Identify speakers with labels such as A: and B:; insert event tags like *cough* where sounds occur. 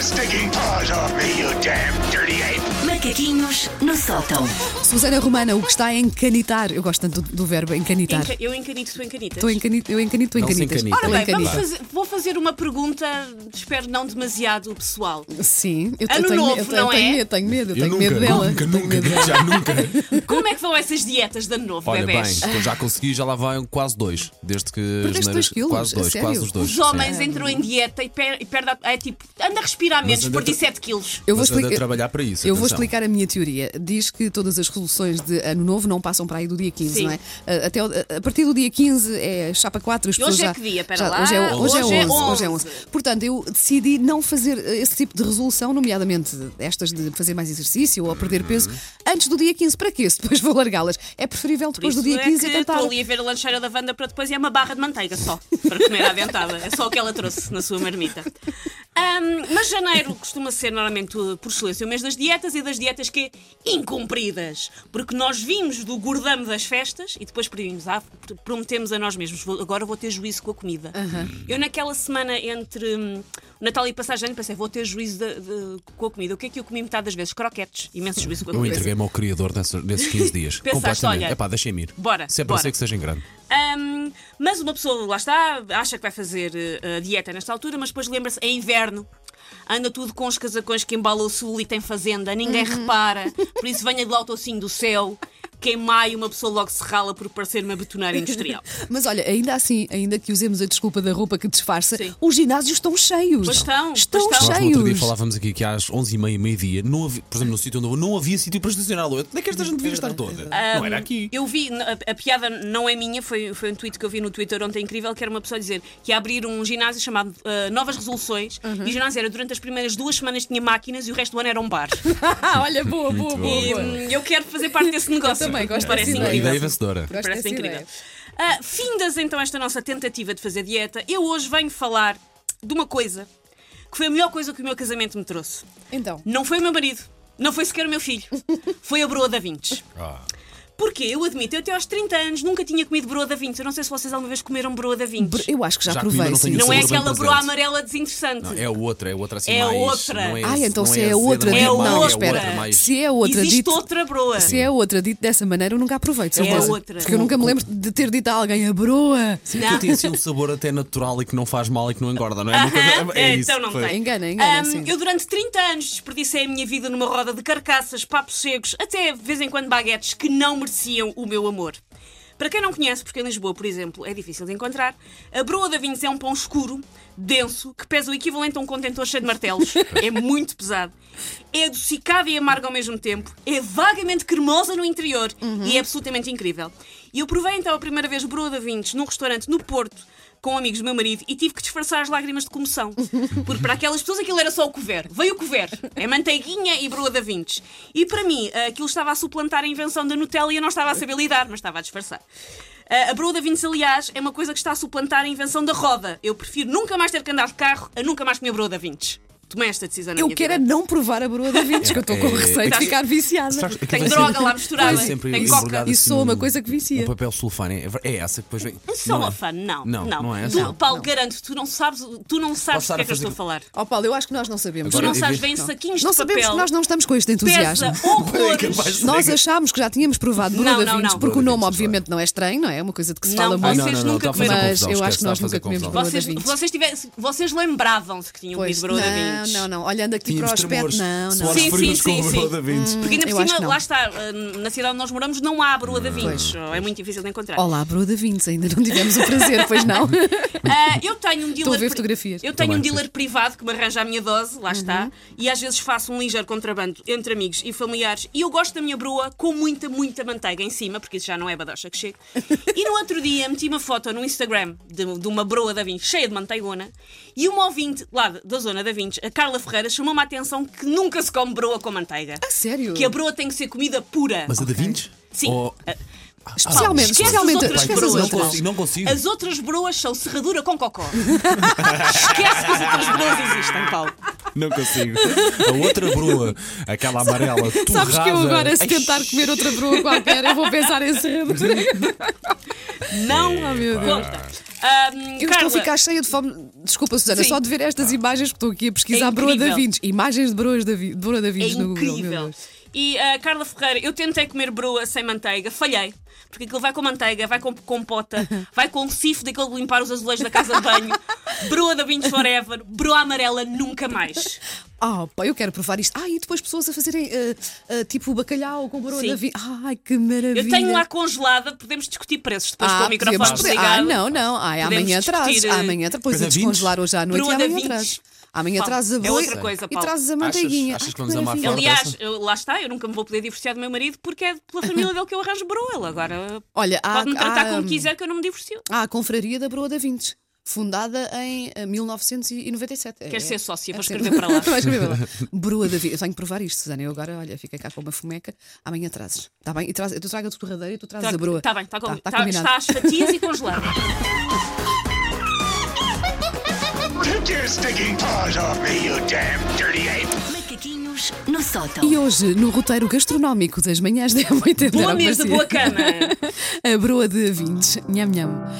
A: stinking paws off me, you damn dirty ape!
B: Macaquinhos no sótão.
C: Susana Romana, o que está é encanitar. Eu gosto tanto do, do verbo encanitar.
D: Enca- eu encanito, tu encanitas.
C: Estou encanito, eu encanito, tu
E: Não se
C: encanitas.
E: encanita.
C: Tu
D: Ora bem, vamos
C: encanitas.
D: fazer, vou fazer uma pergunta, espero não demasiado pessoal.
C: Sim, eu, eu
D: Ano
C: tenho,
D: novo,
C: eu, tenho- eu
D: não
C: tenho
D: é?
C: medo, tenho medo, eu tenho medo dela.
E: nunca,
C: tenho
E: nunca,
C: medo dela.
E: já nunca.
D: *laughs* Como é que vão essas dietas de ano novo,
E: Olha bem,
D: bebés?
E: eu já consegui, já lá vão quase dois. Desde que. as
C: Perdeste
E: neiras-
C: dois quilos,
E: Quase
C: a
E: dois,
C: sério?
E: quase os dois.
D: Os
E: sim.
D: homens entram em dieta e, per, e perdem. É tipo, anda a respirar menos,
E: anda-
D: perdi 7 quilos.
C: Eu vou,
E: Mas anda a
C: explicar-
E: trabalhar para isso,
C: eu vou
E: atenção.
C: explicar a minha teoria. Diz que todas as resoluções de ano novo não passam para aí do dia 15,
D: Sim.
C: não é? Ah, Até, o- a partir do dia 15 é chapa 4 as
D: E hoje
C: pessoas
D: é
C: já-
D: que dia? Pera
C: já-
D: lá.
C: Hoje é, hoje é
D: Hoje é
C: 11, hoje é
D: 11.
C: 11. Portanto, eu decidi não fazer eh, esse tipo de resolução, nomeadamente estas de fazer mais exercício ou perder peso,
E: Uhum.
C: antes do dia 15. Para quê? Se depois vou largá-las. É preferível
D: Por
C: depois
D: isso
C: do dia
D: é
C: 15
D: que
C: eu tentar.
D: estou ali a ver a lancheira da Wanda para depois e é uma barra de manteiga só, para comer à dentada. É só o que ela trouxe na sua marmita. Ahm, mas janeiro costuma ser normalmente uh, por excelência o mês das dietas e das dietas que é incumpridas. Porque nós vimos do gordame das festas e depois pedimos, ah, prometemos a nós mesmos, vou- agora vou ter juízo com a comida. Eu naquela semana entre hum, o Natal e passagem de ano pensei, vou ter juízo de- de- com a comida. O que é que eu comi metade das vezes? Croquetes, imenso juízo com a
E: Eu
D: comida.
E: entreguei-me ao criador
C: *laughs*
E: nessas- nesses 15 dias.
D: Pensaste,
E: completamente.
D: olha,
E: É pá, deixem-me ir.
D: bora,
E: Sempre
D: bora.
E: sei que seja em grande.
D: Ahm, mas uma pessoa, lá está, acha que vai fazer eh, a dieta nesta altura, mas depois lembra-se, é inverno. Anda tudo com os casacões que embala o sul e tem fazenda, ninguém
C: Uhum.
D: repara. Por isso venha de lá o toucinho do céu, que em maio uma pessoa logo se rala por parecer uma
C: *laughs*
D: betoneira industrial.
C: Mas olha, ainda assim, ainda que usemos a desculpa da roupa que disfarça,
D: Sim.
C: os ginásios estão cheios.
D: Pois estão,
C: Estão
D: pois estão.
E: Nós no outro dia
C: Tá cheios.
D: *laughs*
E: falávamos aqui que às 11h30, meio-dia, não havia- por exemplo, no sítio onde eu vou, não havia sítio para estacionar a lua. Onde é que esta gente devia estar toda? Não era aqui.
D: Eu vi, a, a piada não é minha, foi, foi um tweet que eu vi no Twitter ontem incrível, que era uma pessoa dizer que ia abrir um ginásio chamado eh, Novas Resoluções,
C: Uhum.
D: e o ginásio era durante as primeiras duas semanas tinha máquinas e o resto do ano era um bar.
C: Ah, olha, boa, boa, boa.
D: E,
C: boa.
D: hum, eu quero fazer parte desse negócio.
C: Eu também gosto
D: Parece
C: dessa
E: A
D: incrível.
E: ideia vencedora.
C: Gosto
D: Parece
C: dessa
D: incrível.
C: ideia.
D: Ah, findas então esta nossa tentativa de fazer dieta, eu hoje venho falar de uma coisa que foi a melhor coisa que o meu casamento me trouxe.
C: Então,
D: Não foi o meu marido, não foi sequer o meu filho, foi a broa da Vintes.
E: Ah.
D: Porque eu admito, eu até aos 30 anos nunca tinha comido broa da Vintes. Eu não sei se vocês alguma vez comeram broa da Vintes.
C: eu acho que já,
E: Já comi,
C: provei.
E: mas não
C: sim.
E: tenho
D: Não é
E: sabor bem
D: aquela broa
E: presente.
D: amarela desinteressante.
E: Não, é outra, é outra assim
D: É
E: mais.
D: outra.
E: não é-
C: Ah, então
E: não
C: se é a
E: a
C: outra,
E: seda
C: dito,
D: é
E: normal,
C: não,
D: outra.
C: espera.
E: mais-
C: Se é a outra,
D: Existe
C: dito,
D: outra broa.
C: se é a outra, dito dessa maneira, eu nunca aproveito.
D: É a
C: certeza.
D: outra.
C: Porque eu nunca me lembro de ter dito a alguém a broa.
E: Sim, aquilo tem assim um sabor até natural e que não faz mal e que não engorda,
D: *laughs*
E: não é? Uma coisa- é
D: É,
E: isso.
D: então não
E: foi.
D: tem.
C: Ah, Engana, engana, sim.
D: Eu durante 30 anos desperdicei a minha vida numa roda de carcaças, papos secos, até de vez em quando baguetes que não mereciam o meu amor. Para quem não conhece, porque em Lisboa, por exemplo, é difícil de encontrar, a broa da Vinhos é um pão escuro, denso, que pesa o equivalente a um contentor cheio
C: *laughs*
D: de martelos. É muito pesado. É adocicada e amarga ao mesmo tempo. É vagamente cremosa no interior
C: Uhum.
D: e é absolutamente incrível. E eu provei então a primeira vez broa da Vinhos num restaurante no Porto, com amigos do meu marido e tive que disfarçar as lágrimas de comoção. Porque para aquelas pessoas aquilo era só o couvert. Veio o couvert. É manteiguinha e broa da vintes. E para mim, ah, aquilo estava a suplantar a invenção da Nutella e eu não estava a saber lidar, mas estava a disfarçar. Ah, A broa da vintes, aliás, é uma coisa que está a suplantar a invenção da roda. Eu prefiro nunca mais ter que andar de carro a nunca mais comer broa da vintes. Tomei esta decisão na
C: Eu
D: minha
C: quero é
D: vida.
C: não provar a broa da Vintes, que eu estou com
E: É,
C: receio de
D: é-
C: ficar viciada.
E: Sabes,
D: Tem
E: aquilo é
D: droga
E: sempre-
D: lá misturada,
E: é sempre
D: tem
E: embrulhado
D: coca.
C: Isso
E: assim
C: é uma
E: num-
C: coisa que vicia.
E: Um papel sulfane. É ver- É essa que depois vem.
D: Só
E: é?
D: a fã, não.
E: Não, não é
D: Tu,
E: essa.
D: Paulo, garanto, tu não sabes, tu não sabes
E: estar
D: do que
E: a
D: é que eu
E: fazer-
D: estou a falar.
C: Ó Oh, Paulo, eu acho que nós não sabemos.
D: Tu
E: Agora,
D: não
E: em
D: sabes,
E: vez-
D: vêm saquinhos
C: Não
D: de
C: sabemos
D: papel.
C: que nós não estamos com este entusiasmo.
D: Pesa horrores.
E: capaz de-
C: Nós achámos que já tínhamos provado
D: Não,
C: broa da
D: não,
C: Vintes,
D: não.
C: porque o
E: Broa da
C: nome
E: Vintes,
C: obviamente não é estranho, não é? É uma coisa de que se
D: Não,
C: fala
D: vocês
C: muito.
E: não, não, não,
D: nunca
E: está a fazer
C: comeram.
E: confusão,
C: Mas eu acho
E: esquece,
C: que nós
E: está a fazer
C: nunca comemos
E: confusão.
C: broa da
D: Vocês,
C: Vintes.
D: vocês, tivessem- vocês lembravam-se que tinham comido broa da
C: não,
D: Vinci.
C: não, não. Olhando aqui para
E: Tínhamos
C: o aspecto,
E: tremores.
C: não, não.
E: Suores
D: Sim,
E: frios
D: sim,
E: com
D: sim,
E: o
D: sim. Hum.
E: Broa da Vinci.
D: Porque ainda
C: Eu
D: por
C: acho que
D: cima,
C: não.
D: lá está, eh, na cidade onde nós moramos, não há broa da Vinci. É muito difícil de encontrar.
C: Olá, broa da Vintes, ainda não tivemos o prazer, pois não?
D: *laughs* Ah, eu tenho um dealer.
C: Estou a ver
D: pri-
C: fotografias. Uhum.
D: Eu tenho
E: Também,
D: um dealer privado que me arranja a minha dose, lá está, e às vezes faço um ligeiro contrabando entre amigos e familiares. E eu gosto da minha broa com muita, muita manteiga em cima, porque isso já não é badocha que chega. e no outro dia meti uma foto no Instagram de, de uma broa da Vinci cheia de manteigona e uma ouvinte lá de- da zona da Vinci, a Carla Ferreira, chamou-me a atenção que nunca se come broa com manteiga.
C: Ah, Sério?
D: Que é a broa tem que ser comida pura.
E: Mas é a da Vinci?
D: Sim.
E: Ou-
D: Ah,
C: Especialmente,
D: Esquece
C: especialmente,
D: as outras
C: esquece as
D: broas.
E: não
C: outras.
E: consigo, não consigo.
D: As outras broas são serradura com cocó. *laughs* Esquece que as outras broas existem, Paulo.
E: Não consigo. A outra broa, aquela amarela, torrada.
C: Sabes que eu agora, se tentar comer outra broa qualquer, eu vou pensar em serradura.
D: Não
C: Oh, meu Deus. Ah.
D: conta.
C: Eu
D: Ahm,
C: estou a
D: Carla,
C: ficar cheia de fome. Desculpa, Susana,
D: Sim.
C: só de ver
E: Tá.
C: estas imagens que estou aqui a pesquisar
D: É
C: broa da
D: incrível.
C: Vintes. Imagens de broas da, vi, de broa da
D: É
C: Vintes no Google. meu
D: incrível.
C: Deus.
D: E a Carla Ferreira, eu tentei comer broa sem manteiga, falhei. Porque aquilo vai com manteiga, vai com
C: *laughs*
D: compota, vai com cifo daquele de limpar os azulejos da casa de banho. broa da Vinhos Forever, broa amarela nunca mais.
C: Ah, pá, eu quero provar isto. Ah, e depois pessoas a fazerem ah, ah, tipo bacalhau com broa
D: Sim.
C: da Vintes. Ai, que maravilha. Ah,
D: Eu tenho lá congelada, podemos discutir preços depois com o
C: podemos
D: microfone
C: poder- Ah,
D: desligado.
C: não, não. Ai,
D: Podemos
C: amanhã
D: discutir,
C: trazes.
D: eh,
C: Amanhã tra- Pois
E: Broa
C: a
E: da Vintes.
C: descongelar hoje à noite
D: Broa
C: e
D: da
C: amanhã
D: Vintes.
C: trazes. Amanhã
D: Paulo,
C: trazes a
D: é
C: broa
D: outra coisa,
C: e
D: Paulo.
C: trazes a
E: Achas-
C: manteiguinha.
E: achas
C: Ai,
E: que vamos amar
C: maravilha.
E: Fora
D: Aliás,
E: dessa.
D: eu- lá está, eu nunca me vou poder divorciar do meu marido porque é pela família dele que eu arranjo broa. Ele agora
C: Olha, há-
D: pode-me tratar
C: há- hum,
D: como quiser que eu não me divorcio.
C: Há a confraria da Broa da Vintes, fundada em eh, 1997. É,
D: Queres
C: é.
D: ser sócia?
C: É
D: Vou
C: ser.
D: escrever para
C: *laughs*
D: lá.
C: Vou escrever para lá. Broa da Vintes. Eu tenho que provar isto, Susana. Eu agora, olha, fiquei cá com uma fomeca. Amanhã trazes. Está bem? E traz, eu trago a torradeira e tu trazes a broa.
D: Está bem, está
C: Tá-
D: combinado.
C: tá
D: Tá-
C: combinado.
D: Está às fatias e congelado.
A: Take your stinking paws off me, you damn dirty ape!
B: Macaquinhos no sótão.
C: E hoje, no roteiro gastronómico das manhãs da *laughs* M80.
D: *laughs* Boa
C: era o que parecia.
D: mesa, boa cama.
C: a broa de Vintes. Nham, nham.